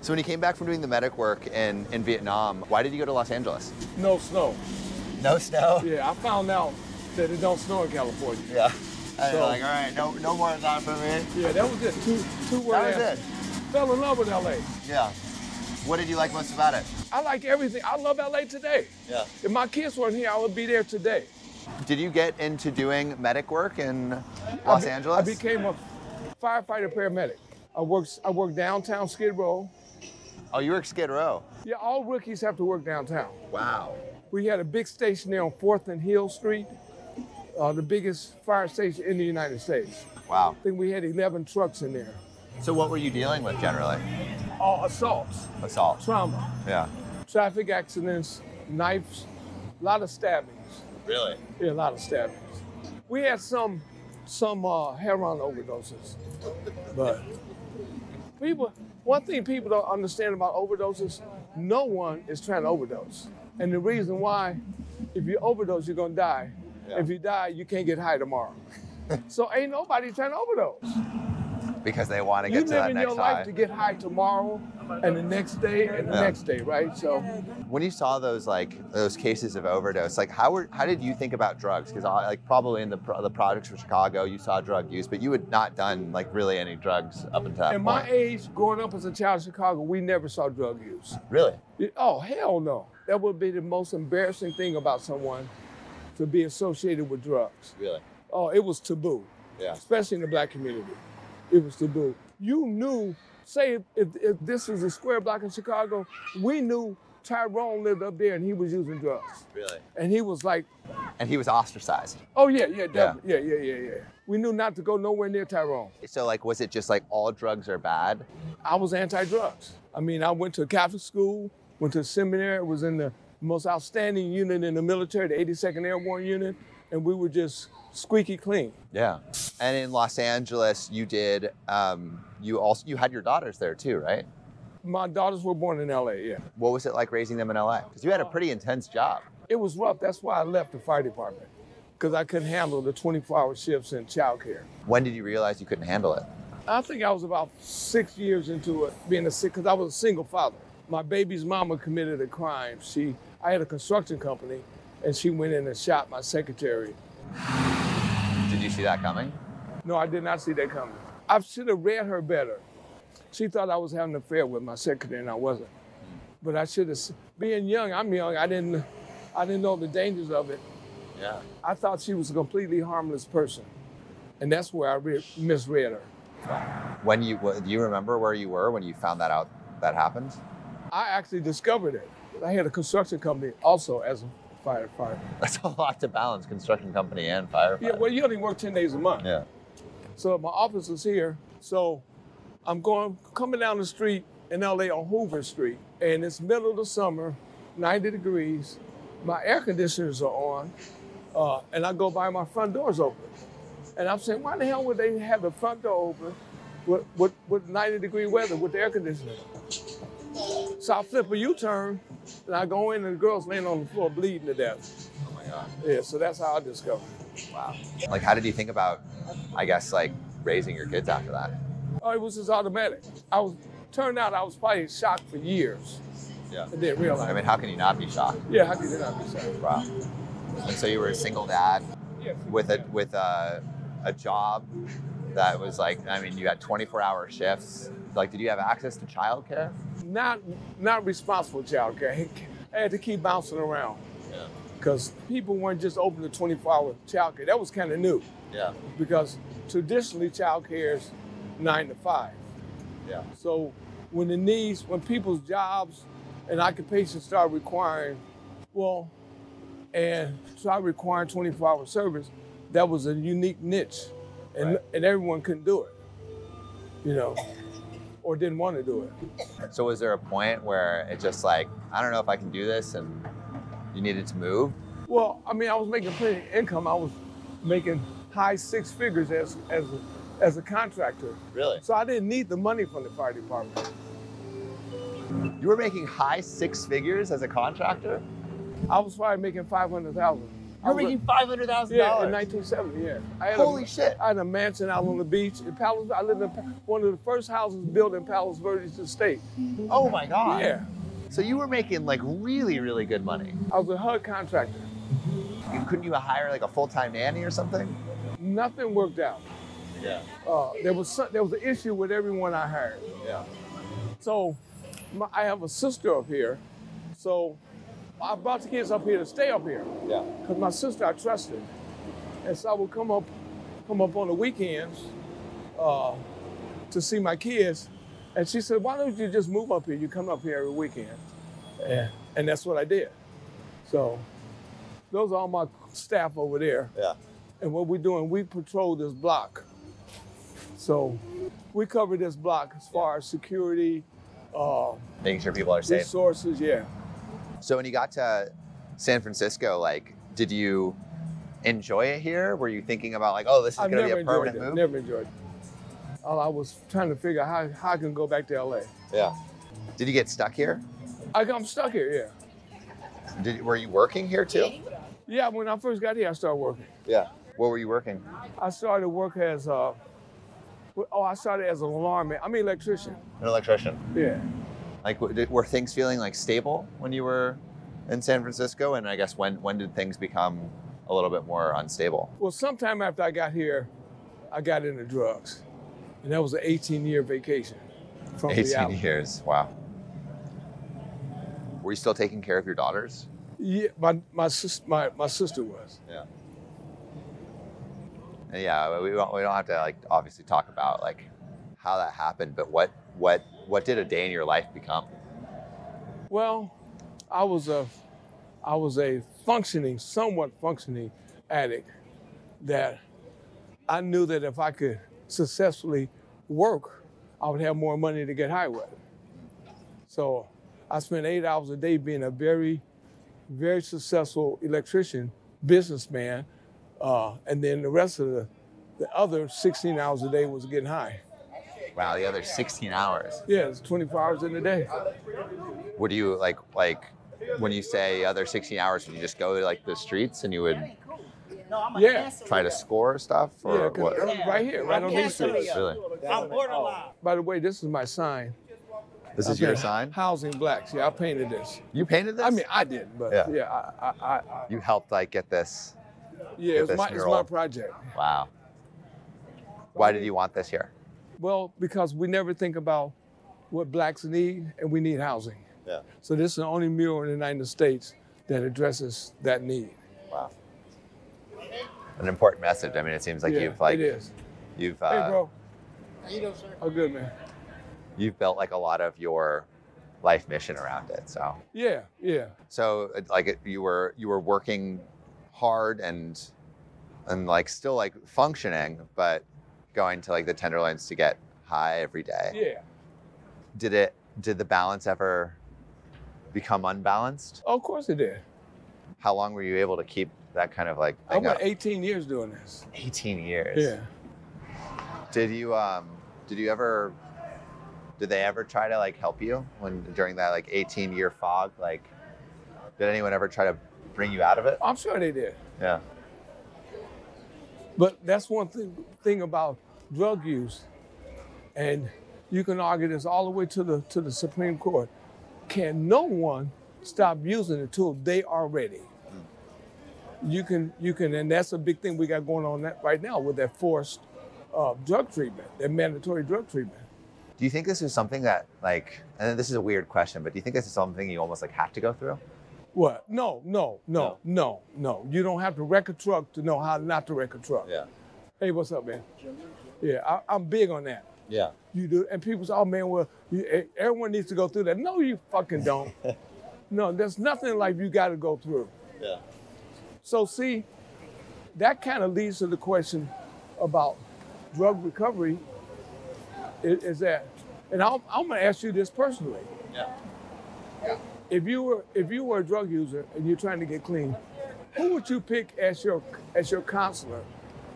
J: So when you came back from doing the medic work in in Vietnam, why did you go to Los Angeles?
A: No snow.
J: No snow.
A: Yeah, I found out that it don't snow in California.
J: Yeah. And you're
A: So-
J: like, all right, no, no more of that for me.
A: Yeah, that was it. Two, two
J: That
A: words.
J: was it.
A: Fell in love with LA.
J: Yeah. What did you like most about it?
A: I like everything. I love LA today.
J: Yeah.
A: If my kids weren't here, I would be there today.
J: Did you get into doing medic work in Los
A: I be-
J: Angeles?
A: I became a firefighter paramedic. I worked, I worked downtown Skid Row.
J: oh, you were at Skid Row.
A: Yeah, all rookies have to work downtown.
J: Wow.
A: We had a big station there on 4th and Hill Street, uh, the biggest fire station in the United States.
J: Wow.
A: I think we had 11 trucks in there.
J: So what were you dealing with generally?
A: All assaults,
J: Assault.
A: trauma,
J: Yeah.
A: traffic accidents, knives, a lot of stabbings.
J: Really?
A: Yeah, a lot of stabbings. We had some some uh, heroin overdoses, but people. One thing people don't understand about overdoses: no one is trying to overdose, and the reason why, if you overdose, you're gonna die. If you die, you can't get high tomorrow. so ain't nobody trying to overdose.
J: Because they want to
A: You
J: get to that
A: living
J: next
A: your life
J: high.
A: to get high tomorrow, and the next day, and the
J: Yeah.
A: next day, right? So.
J: When you saw those like those cases of overdose, like how were how did you think about drugs? Because like probably in the pro- the projects for Chicago, you saw drug use, but you had not done like really any drugs up until that
A: At my
J: point.
A: age, growing up as a child in Chicago, we never saw drug use.
J: really?
A: It- Oh, hell no. That would be the most embarrassing thing about someone to be associated with drugs.
J: Really?
A: Oh, it was taboo,
J: Yeah.
A: especially in the black community. It was taboo. You knew, say, if, if, if this was a square block in Chicago, we knew Tyrone lived up there and he was using drugs.
J: Really?
A: And he was like,
J: And he was ostracized.
A: oh, yeah, yeah, definitely. yeah, yeah, yeah, yeah. We knew not to go nowhere near Tyrone.
J: So like, was it just like all drugs are bad?
A: I was anti-drugs. I mean, I went to Catholic school, went to seminary, was in the most outstanding unit in the military, the 82nd Airborne Unit, and we were just squeaky clean.
J: Yeah. And in Los Angeles, you did. Um, you also you had your daughters there too, right?
A: My daughters were born in LA, yeah.
J: What was it like raising them in LA? Because you had a pretty intense job.
A: It was rough. That's why I left the fire department, because I couldn't handle the 24-hour shifts in childcare.
J: When did you realize you couldn't handle it?
A: I think I was about six years into it being a sick because I was a single father. My baby's mama committed a crime. She, I had a construction company, and she went in and shot my secretary
J: Did you see that coming?
A: No, I did not see that coming. I should have read her better. She thought I was having an affair with my secretary, and I wasn't. But I should have. s- Being young, I'm young. I didn't, I didn't know the dangers of it.
J: Yeah.
A: I thought she was a completely harmless person, and that's where I re- misread her.
J: When you what, do you remember where you were when you found that out that happened?
A: I actually discovered it. I had a construction company also as a firefighter.
J: That's a lot to balance: construction company and fire.
A: Yeah, well, you only work ten days a month.
J: yeah.
A: So my office is here. So I'm going coming down the street in LA on Hoover Street, and it's middle of the summer, 90 degrees. My air conditioners are on, uh, and I go by my front door's open, and I'm saying, why the hell would they have the front door open with with, with 90 degree weather with the air conditioner? So I flip a U-turn, and I go in, and the girl's laying on the floor bleeding to death.
J: Oh my god.
A: Yeah, so that's how I discovered. it.
J: Wow. Like, how did you think about, I guess, like raising your kids after that?
A: Oh, it was just automatic. I was turned out I was probably shocked for years.
J: Yeah.
A: I didn't realize.
J: I mean, how can you not be shocked?
A: yeah, how could you not be shocked?
J: Wow. And so you were a single dad
A: Yeah.
J: with a with a, a job that was like I mean you had 24 hour shifts. Like did you have access to childcare?
A: Not not responsible child care. I had to keep bouncing around.
J: Yeah.
A: Because people weren't just open to 24 hour child care. That was kind of new
J: Yeah.
A: because traditionally child care is nine to five.
J: Yeah.
A: So when the needs, when people's jobs and occupations start requiring, well, and start requiring 24 hour service, that was a unique niche. And,
J: Right.
A: and everyone couldn't do it, you know, or didn't want to do it.
J: So was there a point where it just like I don't know if I can do this and you needed to move?
A: Well, I mean, I was making plenty of income. I was making high six figures as as a, as a contractor,
J: Really?
A: so I didn't need the money from the fire department.
J: You were making high six figures as a contractor?
A: I was probably making five hundred thousand.
J: You're making five hundred thousand
A: yeah in
J: dollars.
A: nineteen seventy. Yeah, I had
J: Holy
A: a,
J: shit!
A: I had a mansion out on the beach in Palos. I lived in one of the first houses built in Palos Verdes Estate.
J: Oh my god!
A: Yeah,
J: So you were making like really, really good money.
A: I was a HUD contractor.
J: You couldn't you hire like a full time nanny or something?
A: Nothing worked out.
J: Yeah.
A: Uh, there was some, there was an issue with everyone I hired.
J: Yeah.
A: So my, I have a sister up here. So I brought the kids up here to stay up here.
J: Yeah.
A: Because my sister I trusted. And so I would come up come up on the weekends uh, to see my kids. And she said, why don't you just move up here? You come up here every weekend. And, and that's what I did. So those are all my staff over there.
J: Yeah.
A: And what we're doing, we patrol this block. So we cover this block as far as security, uh,
J: Making sure people are safe.
A: resources, yeah.
J: So when you got to San Francisco, like, did you enjoy it here? Were you thinking about like, oh, this is
A: I
J: going to
A: never
J: be a
A: enjoyed
J: permanent
A: it.
J: move?
A: Never enjoyed it. All I was trying to figure out how, how I can go back to LA.
J: Yeah. Did you get stuck here?
A: I, I'm stuck here, yeah.
J: Did, were you working here too?
A: Yeah, when I first got here, I started working.
J: Yeah. Where were you working?
A: I started work as a, oh, I started as an alarm man. I'm an electrician.
J: An electrician.
A: Yeah.
J: Like, w- did, were things feeling like stable when you were in San Francisco? And I guess when when did things become a little bit more unstable?
A: Well, sometime after I got here, I got into drugs. And that was an 18 year vacation from 18
J: 18 years. Wow. Were you still taking care of your daughters?
A: Yeah, my, my, sis, my, my sister was.
J: Yeah. Yeah, we don't, we don't have to like obviously talk about like how that happened, but what what what did a day in your life become?
A: Well, I was a, I was a functioning, somewhat functioning addict that I knew that if I could successfully work, I would have more money to get high with. So I spent eight hours a day being a very, very successful electrician, businessman, uh, and then the rest of the, the other 16 hours a day was getting high.
J: Wow, the other 16 hours.
A: Yeah, it's 24 hours in a day.
J: Would you like like when you say other 16 hours, would you just go to like the streets and you would
A: Yeah,
J: try to score stuff
A: yeah,
J: or
A: 'cause
J: what?
A: right here, right on these streets.
J: Really?
G: I'm borderline.
A: By the way, this is my sign.
J: This is
A: Okay.
J: your sign?
A: Housing blacks. Yeah, I painted this.
J: You painted this?
A: I mean, I didn't, but
J: Yeah.
A: yeah, I, I, I, I-
J: you helped like get this.
A: yeah, it's
J: this
A: my, it's my
J: mural.
A: project.
J: Wow. Why did you want this here?
A: Well, because we never think about what blacks need, and we need housing.
J: Yeah.
A: So this is the only mural in the United States that addresses that need.
J: Wow. An important message. I mean, it seems like
A: yeah,
J: you've like
A: it is.
J: you've uh,
A: hey, bro. How you doing, sir? Oh, good, man.
J: you've built like a lot of your life mission around it. So
A: Yeah, yeah.
J: so it- like it, you were you were working hard and and like still like functioning, but going to like the tenderloins to get high every day.
A: Yeah.
J: Did it? Did the balance ever become unbalanced?
A: Of course it did.
J: How long were you able to keep that kind of like
A: I
J: thing
A: went
J: up?
A: 18 years doing this.
J: 18 years.
A: Yeah.
J: Did you um did you ever did they ever try to like help you when during that like 18 year fog like did anyone ever try to bring you out of it?
A: I'm sure they did.
J: Yeah.
A: But that's one thing, thing about drug use, and you can argue this all the way to the to the Supreme Court. Can no one stop using it till they are ready? You can you can, and that's a big thing we got going on that right now with that forced uh, drug treatment, that mandatory drug treatment.
J: Do you think this is something that like and this is a weird question, but do you think this is something you almost like have to go through?
A: What? No, no, no, no, no. You don't have to wreck a truck to know how not to wreck a truck.
J: Yeah.
A: Hey, what's up, man? Yeah, I, I'm big on that.
J: Yeah.
A: You do, and people say, "Oh man, well, you, e- everyone needs to go through that." No, you fucking don't. no, there's nothing like you got to go through.
J: Yeah.
A: So see, that kind of leads to the question about drug recovery. i- Is, that, and I'm, I'm going to ask you this personally.
J: Yeah.
A: If you were if you were a drug user and you're trying to get clean, who Who would you pick as your as your counselor?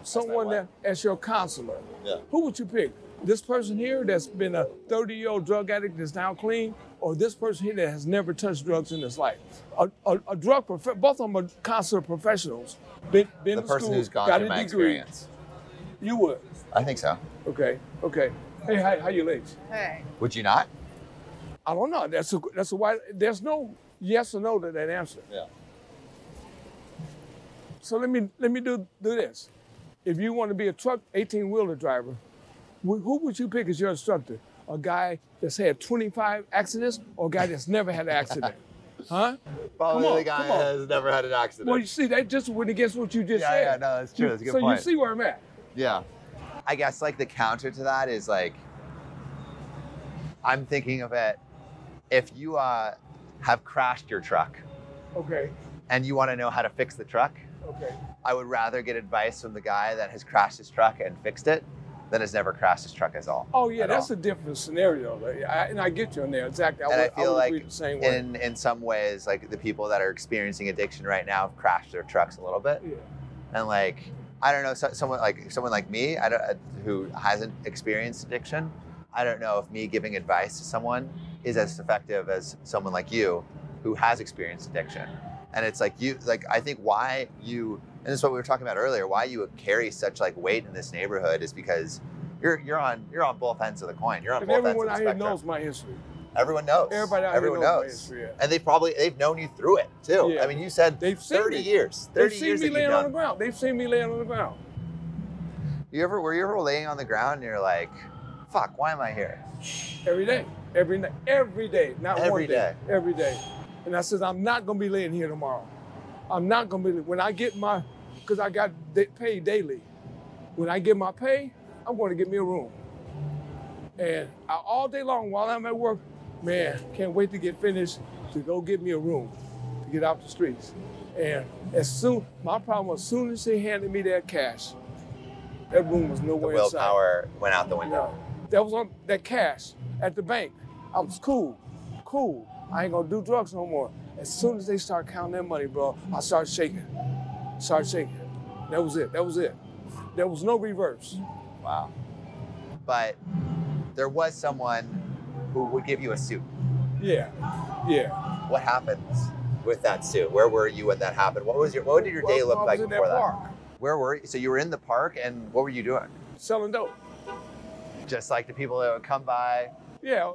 A: Someone that as your counselor.
M: Yeah.
A: Who would you pick? This person here that's been a 30 year old drug addict that's now clean, or this person here that has never touched drugs in his life? A, a, a drug prof- both of them are counselor professionals. Been, been
J: The
A: to
J: person
A: school,
J: who's gone
A: got
J: through
A: a
J: my
A: degree.
J: experience.
A: You would.
J: I think so.
A: Okay. Okay. Hey, how, how you ladies?
N: Hey.
J: Would you not?
A: I don't know. That's a, that's a why. There's no yes or no to that answer.
M: Yeah.
A: So let me let me do do this. If you want to be a truck 18 wheeler driver, wh- who would you pick as your instructor? A guy that's had 25 accidents, or a guy that's never had an accident? Huh?
J: Probably
A: Come on,
J: the guy
A: come on.
J: has never had an accident.
A: Well, you see, that just went against what you just
J: Yeah,
A: said.
J: yeah, no, that's true. That's a good
A: so
J: point.
A: you see where I'm at.
J: Yeah. I guess like the counter to that is like I'm thinking of it if you uh, have crashed your truck
A: Okay.
J: and you want to know how to fix the truck,
A: Okay.
J: I would rather get advice from the guy that has crashed his truck and fixed it than has never crashed his truck at all.
A: Oh yeah,
J: at
A: that's
J: all.
A: a different scenario. like, I, and I get you in there exactly. I
J: and
A: would,
J: I feel
A: would
J: like
A: agree the same way.
J: in in some ways like the people that are experiencing addiction right now have crashed their trucks a little bit.
A: Yeah.
J: and like I don't know so, someone like someone like me I don't uh, who hasn't experienced addiction I don't know if me giving advice to someone is as effective as someone like you who has experienced addiction and it's like you like I think why you and this is what we were talking about earlier why you carry such like weight in this neighborhood is because you're you're on you're on both ends of the coin you're on
A: and
J: both
A: everyone
J: ends
A: out
J: of the
A: here
J: spectrum
A: knows my history.
J: everyone knows
A: Everybody out here
J: everyone
A: knows my
J: knows
A: history, yeah.
J: and they probably they've known you through it too
A: Yeah.
J: I mean you said
A: They've seen
J: 30
A: me.
J: years 30
A: They've seen
J: years
A: me
J: that
A: laying
J: you've done
A: on the ground. They've seen me laying on the ground.
J: You ever were you ever laying on the ground and you're like, fuck, why am I here?
A: Every day. Every night. Every day. Not one
J: Every
A: day. Every day. And I says, I'm not gonna be laying here tomorrow. I'm not gonna be when I get my because I got da- paid daily. When I get my pay, I'm gonna get me a room. And I, all day long while I'm at work, man, can't wait to get finished to go get me a room to get out the streets. And as soon my problem was as soon as they handed me that cash, that room was
J: The
A: nowhere in sight.
J: willpower went out the window.
A: No, that was on that cash at the bank. I was cool, cool. I ain't gonna do drugs no more. As soon as they start counting that money, bro, I started shaking, started shaking. That was it. That was it. There was no reverse.
J: Wow. But there was someone who would give you a suit.
A: Yeah, yeah.
J: What happens with that suit? Where were you when that happened? What was your what did your day
A: Well, I
J: look
A: was
J: like
A: in that
J: before that?
A: park.
J: Where were you? So you were in the park and what were you doing?
A: Selling dope.
J: Just like the people that would come by.
A: Yeah,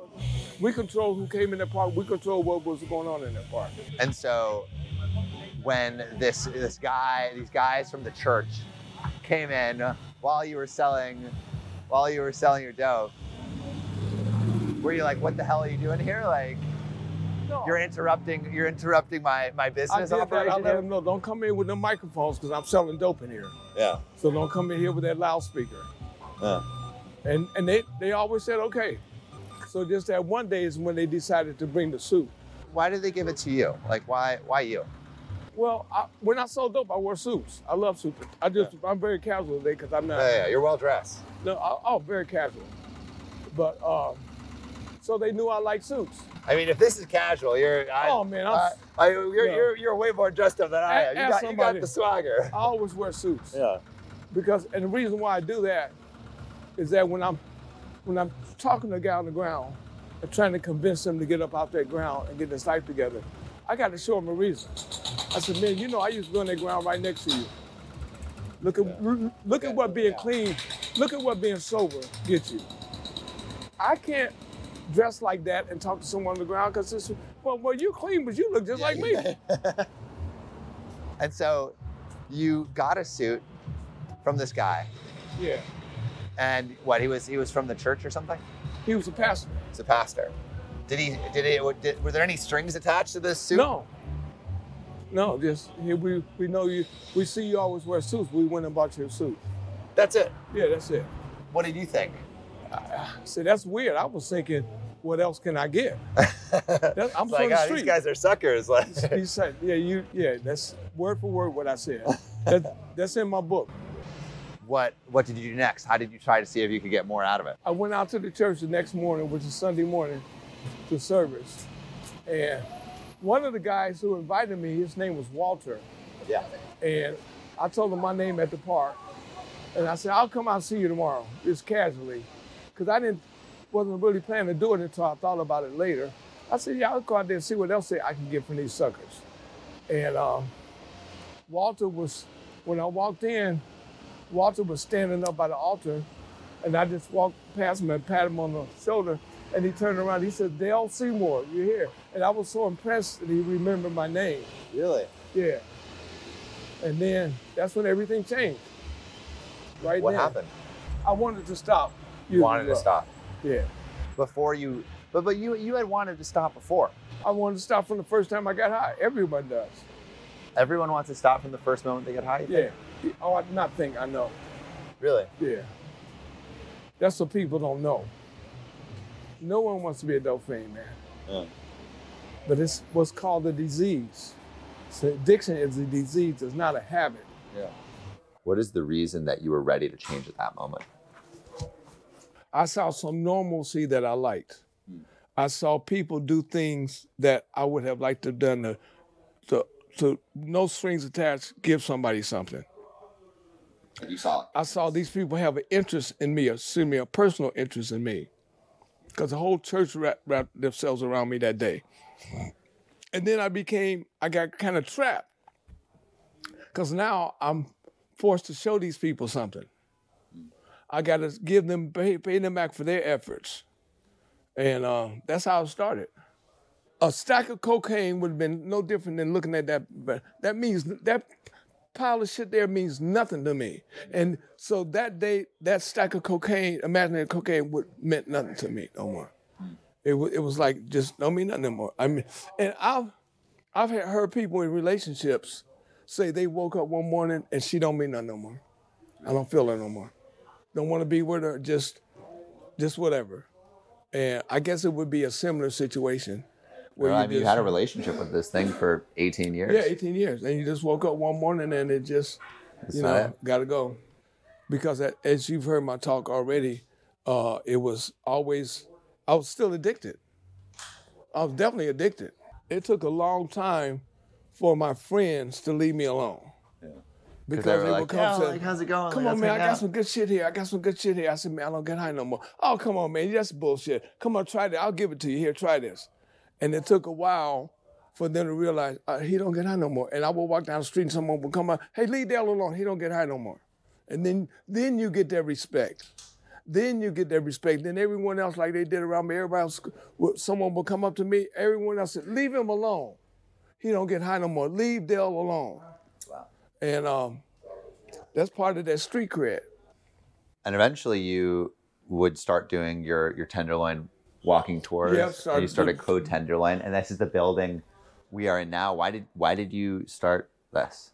A: we control who came in that park. We control what was going on in that park.
J: And so when this this guy, these guys from the church came in while you were selling while you were selling your dough, were you like, what the hell are you doing here? Like
A: No.
J: you're interrupting you're interrupting my, my
A: I,
J: business
A: did that. I let
J: operation. here?
A: them know. Don't come in with no microphones because I'm selling dope in here.
M: Yeah.
A: So don't come in here with that loudspeaker.
J: Uh.
M: Yeah.
A: And and they, they always said okay. So just that one day is when they decided to bring the suit.
J: Why did they give it to you? Like why why you?
A: Well, I, when I sold dope, I wore suits. I love suits. I just I'm very casual today because I'm not.
J: Yeah, yeah, you're well dressed.
A: No, I, oh, very casual. But um, so they knew I liked suits.
J: I mean, if this is casual, you're I,
A: Oh, man, I'm
J: I,
A: s-
J: I- you're,
A: No.
J: you're you're way more dressed up than I
A: A-
J: am. You
A: ask
J: got, you got
A: somebody.
J: the swagger.
A: I always wear suits
M: Yeah.
A: because and the reason why I do that is that when I'm when I'm talking to a guy on the ground and trying to convince him to get up out that ground and get his life together, I got to show him a reason. I said, man, you know, I used to be on that ground right next to you. Look at r- look at what being clean, look at what being sober gets you. I can't dress like that and talk to someone on the ground because it's well, well, you clean, but you look just like me.
J: And so you got a suit from this guy.
A: yeah,
J: And what he was he was from the church or something?
A: he was a pastor.
J: He's a pastor. Did he did it did, were there any strings attached to this suit?
A: No. No, just here we we know you. We see you always wear suits. We went and bought you a suit.
J: That's it.
A: Yeah, that's it.
J: What did you think?
A: See, that's weird. I was thinking, what else can I get? That- I'm
J: It's
A: from
J: like,
A: the
J: "Oh,
A: street.
J: these guys are suckers. Like
A: he said, yeah, you, yeah, that's word for word what I said. That, that's in my book.
J: what what did you do next? How did you try to see if you could get more out of it?
A: I went out to the church the next morning, which is Sunday morning, to service. And one of the guys who invited me, his name was Walter.
J: Yeah.
A: And I told him my name at the park. And I said, I'll come out and see you tomorrow, just casually. Because I didn't, wasn't really planning to do it until I thought about it later. I said, yeah, I'll go out there and see what else I can get from these suckers. And um, Walter was, when I walked in, Walter was standing up by the altar. And I just walked past him and pat him on the shoulder. And he turned around. He said, Dale Seymour, you're here. And I was so impressed that he remembered my name.
J: Really?
A: Yeah. And then that's when everything changed. Right
J: What
A: then.
J: happened?
A: I wanted to stop.
J: You wanted to
A: using
J: stop
A: drugs.
J: before you, but but you you had wanted to stop before.
A: Yeah. I wanted to stop from the first time I got high. Everyone does.
J: Everyone wants to stop from the first moment they get high. you think?
A: Yeah. Oh, I not think I know.
J: Really?
A: Yeah. That's what people don't know. No one wants to be a dope fiend, man.
J: Yeah.
A: But it's what's called a disease. So addiction is a disease, it's not a habit.
J: What is the reason that you were ready to change at that moment?
A: I saw some normalcy that I liked.
E: Hmm.
A: I saw people do things that I would have liked to have done to, to, to no strings attached, give somebody something.
E: And you saw it.
A: I saw these people have an interest in me, excuse me, a personal interest in me. Because the whole church wrap, wrapped themselves around me that day. And then I became, I got kind of trapped. Because now I'm forced to show these people something. I got to give them, pay, pay them back for their efforts. And uh, that's how it started. A stack of cocaine would have been no different than looking at that. But that means that pile of shit there means nothing to me. And so that day, that stack of cocaine, imaginary cocaine, would meant nothing to me no more.
J: Hmm.
A: It was, it was like just don't mean nothing anymore. I mean, and I've I've had heard people in relationships say they woke up one morning and she don't mean nothing no more. I don't feel her no more. Don't want to be with her. Just just whatever. And I guess it would be a similar situation. Where
J: Well, I mean, you had a
A: just-
J: relationship with this thing for 18 years.
A: yeah, 18 years. And you just woke up one morning and it just, you
J: not
A: know,
J: it.
A: got to go. Because a- as you've heard my talk already, uh, it was always, I was still addicted. I was definitely addicted. It took a long time for my friends to leave me alone. Because
J: they were
A: would
J: like,
A: come
J: "Yeah,
A: to,
J: like, how's it going?
A: Come
J: Like,
A: on,
J: let's
A: man, I
J: hang
A: got
J: out."
A: some good shit here. I got some good shit here. I said, man, I don't get high no more. Oh, come on, man, that's bullshit. Come on, try that. I'll give it to you. Here, try this. And it took a while for them to realize uh, he don't get high no more. And I would walk down the street and someone would come up, hey, leave Dale alone. He don't get high no more. And then then you get that respect. Then you get that respect. Then everyone else, like they did around me, everybody else, would- someone would come up to me. Everyone else said, leave him alone. He don't get high no more. Leave Dale alone. And um, that's part of that street cred.
J: And eventually you would start doing your, your tenderloin walking tours.
A: Yeah, I've
J: and you
A: started
J: started
A: doing-
J: Code Tenderloin. And this is the building we are in now. Why did, why did you start this?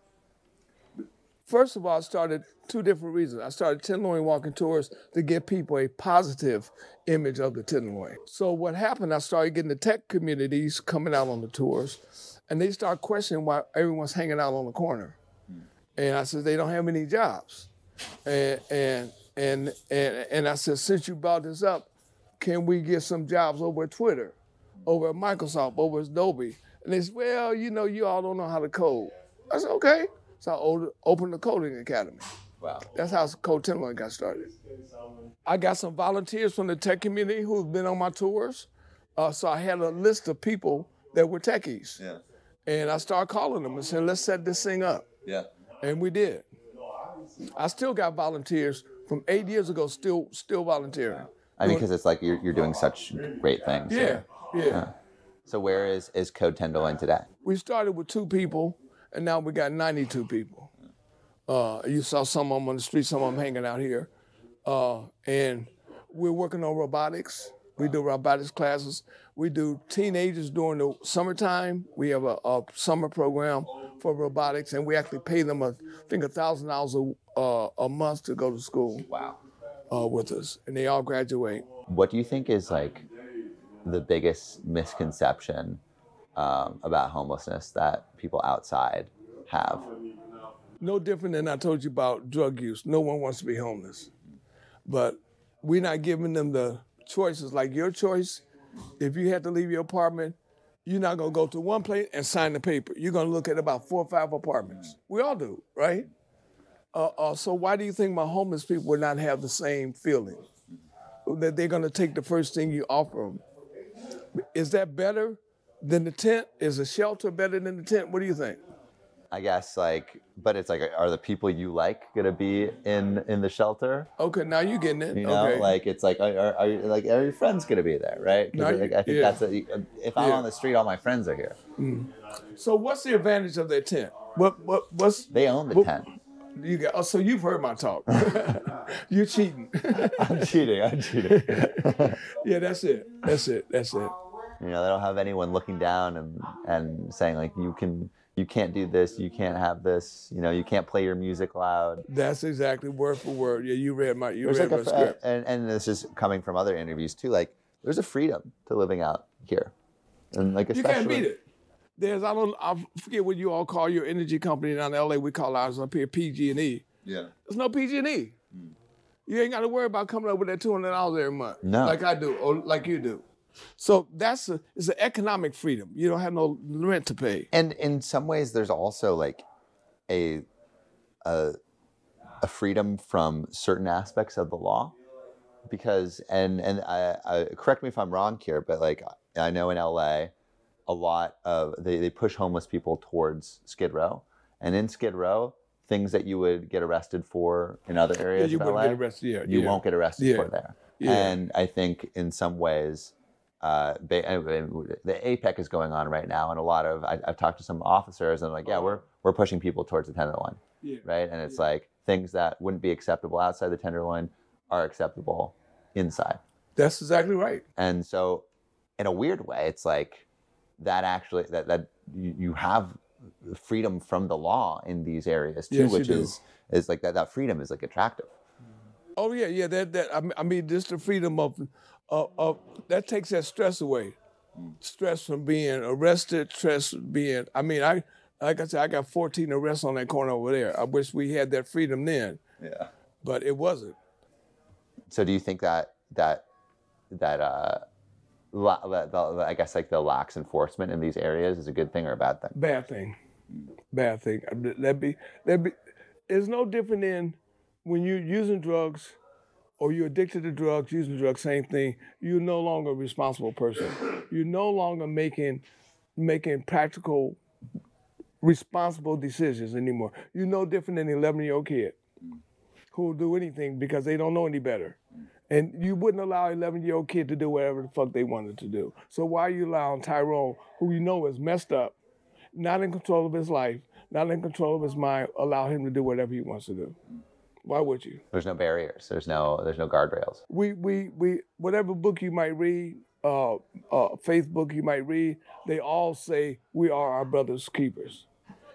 A: First of all, I started two different reasons. I started Tenderloin Walking Tours to give people a positive image of the Tenderloin. So what happened, I started getting the tech communities coming out on the tours, and they start questioning why everyone's hanging out on the corner. And I said, they don't have any jobs. And and and and, and I said, since you brought this up, can we get some jobs over at Twitter, over at Microsoft, over at Adobe? And they said, well, you know, you all don't know how to code. I said, okay. So I o- opened the coding academy.
E: Wow.
A: That's how Code Timberland got started. I got some volunteers from the tech community who've been on my tours. Uh, so I had a list of people that were techies.
E: Yeah.
A: And I started calling them and saying, let's set this thing up.
E: Yeah.
A: And we did. I still got volunteers from eight years ago, still still volunteering.
J: I mean, because it's like you're, you're doing such great things.
A: Yeah,
J: here.
A: yeah.
J: So where is, is Code Tenderloin today?
A: we started with two people, and now we got 92 people. Uh, you saw some of them on the street, some of them hanging out here. Uh, and we're working on robotics. We do robotics classes. We do teenagers during the summertime. We have a, a summer program for robotics, and we actually pay them, a, I think, a thousand dollars uh, a month to go to school. Wow. Uh, with us, and they all graduate.
J: What do you think is like the biggest misconception um, about homelessness that people outside have?
A: no different than I told you about drug use. No one wants to be homeless. But we're not giving them the choices. Like your choice, if you had to leave your apartment, You're not gonna go to one place and sign the paper. You're gonna look at about four or five apartments. We all do, right? Uh, uh, so why do you think my homeless people would not have the same feeling that they're gonna take the first thing you offer them? Is that better than the tent? Is a shelter better than the tent? What do you think?
J: I guess like, but it's like, are the people you like gonna be in in the shelter?
A: Okay, now you're getting it.
J: You know,
A: okay.
J: like it's like, are, are, are you- like are your friends gonna be there, right? 'Cause,
A: No, you-
J: like, I think
A: yeah.
J: that's a, uh, if I'm
A: Yeah.
J: on the street, all my friends are here.
A: so what's the advantage of that tent? What what what's
J: They own the
A: Well-
J: tent.
A: you got? Oh, so you've heard my talk. you're cheating.
J: I'm cheating. I'm cheating.
A: yeah, that's it. That's it. That's it.
J: you know, they don't have anyone looking down and and saying like, you can, you can't do this, you can't have this, you know, you can't play your music loud.
A: That's exactly word for word. Yeah, you read my you
J: There's
A: read
J: like a, uh,
A: my script.
J: and and this is coming from other interviews too. Like, there's a freedom to living out here, and like
A: you
J: especially
A: can't beat it. There's I don't I forget what you all call your energy company down in LA. We call ours up here PG and E.
E: Yeah.
A: There's no PG and E. You ain't got to worry about coming up with that two hundred dollars every month.
J: No.
A: like I do or like you do. So that's a, it's an economic freedom. You don't have no rent to pay.
J: and in some ways there's also like a a, a freedom from certain aspects of the law because and and I, I correct me if i'm wrong here but like i know in la a lot of they, they push homeless people towards skid row and in skid row things that you would get arrested for in other
A: Yeah,
J: areas
A: you
J: of
A: wouldn't
J: LA,
A: get arrested. Yeah,
J: you
A: yeah.
J: won't get arrested
A: Yeah.
J: for there.
A: Yeah.
J: And I think in some ways, uh, ba- I mean, the APEC is going on right now, and a lot of I, I've talked to some officers, and like, yeah, we're we're pushing people towards the tenderloin,
A: Oh, Yeah.
J: right? And it's like things that wouldn't be acceptable outside the tenderloin are acceptable inside,
A: That's exactly right.
J: and so in a weird way, it's like that actually that that you, you have freedom from the law in these areas too,
A: Yes, you
J: which
A: do.
J: is is like that that freedom is like attractive.
A: Oh yeah, yeah. That that I mean- I mean, just the freedom of, of, of that takes that stress away. Stress from being arrested, stress from being. I mean, I like I said, I got 14 arrests on that corner over there. I wish we had that freedom then,
E: Yeah.
A: but it wasn't.
J: so do you think that that that uh la, la, the, the- I guess like the lax enforcement in these areas is a good thing or a bad thing?
A: Bad thing. Bad thing. Uh, That be that be. It's no different than when you're using drugs, or you're addicted to drugs, using drugs. Same thing. You're no longer a responsible person. You're no longer making making practical, responsible decisions anymore. You're no different than an 11 year old kid who'll do anything because they don't know any better. And you wouldn't allow an 11 year old kid to do whatever the fuck they wanted to do. So why are you allowing Tyrone, who you know is messed up, not in control of his life, not in control of his mind, allow him to do whatever he wants to do? Why would you?
J: There's no barriers. There's no there's no guardrails.
A: we we we whatever book you might read, uh, uh, faith book you might read, they all say we are our brother's keepers.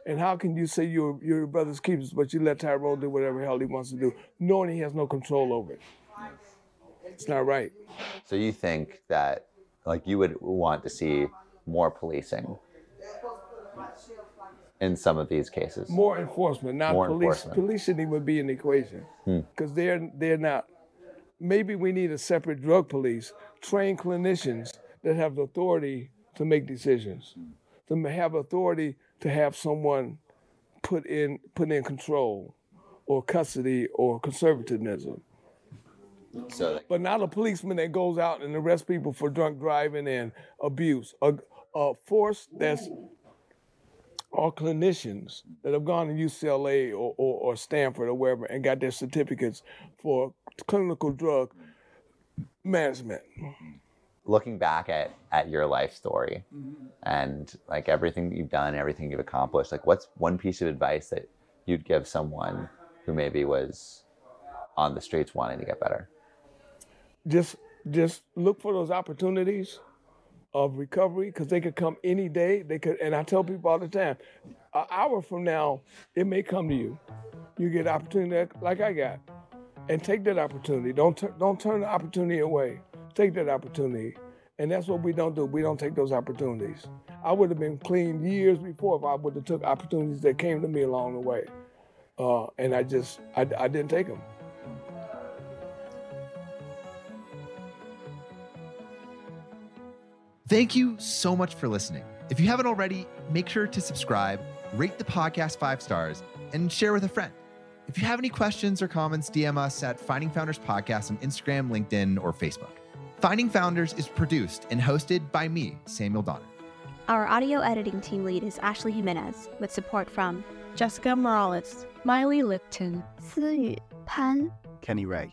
A: And how can you say you're you're your brother's keepers, but you let Tyrone do whatever the hell he wants to do, knowing he has no control over it? It's not right.
J: So you think that like you would want to see more policing in some of these cases.
A: More enforcement, not
J: More
A: police.
J: enforcement. Hmm.
A: Police shouldn't even be in the equation because they're they're not. Maybe we need a separate drug police, trained clinicians that have the authority to make decisions, to have authority to have someone put in put in control, or custody, or conservatism.
J: So like,
A: But not a policeman that goes out and arrests people for drunk driving and abuse. A, a force that's or clinicians that have gone to UCLA or, or, or Stanford or wherever and got their certificates for clinical drug management.
J: looking back at at your life story and like everything that you've done, everything you've accomplished, like what's one piece of advice that you'd give someone who maybe was on the streets wanting to get better?
A: just just look for those opportunities of recovery because they could come any day. They could, and I tell people all the time, an hour from now, it may come to you. You get an opportunity like- like I got, and take that opportunity. Don't tu- don't turn the opportunity away. Take that opportunity, and that's what we don't do. We don't take those opportunities. I would have been clean years before if I would have took opportunities that came to me along the way, uh, and I just I, I didn't take them.
B: Thank you so much for listening. If you haven't already, make sure to subscribe, rate the podcast five stars, and share with a friend. If you have any questions or comments, DM us at Finding Founders Podcast on Instagram, LinkedIn, or Facebook. Finding Founders is produced and hosted by me, Samuel Donner.
M: Our audio editing team lead is Ashley Jimenez, with support from
N: Jessica Morales, Miley Lipton,
O: Siyu Pan,
P: Kenny Wright,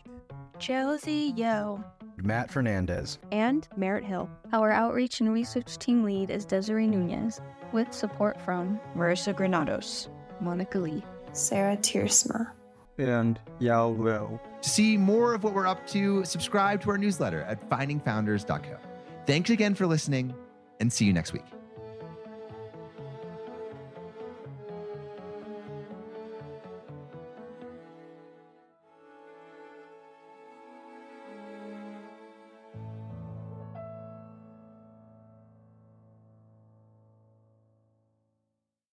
Q: Josie Yo,
R: Matt Fernandez,
S: and Merritt Hill.
H: Our outreach and research team lead is Desiree Nunez, with support from
T: Marissa Granados,
U: Monica Lee,
V: Sarah Tiersma,
W: and Yao Liu.
B: To see more of what we're up to, subscribe to our newsletter at findingfounders.co. Thanks again for listening, and see you next week.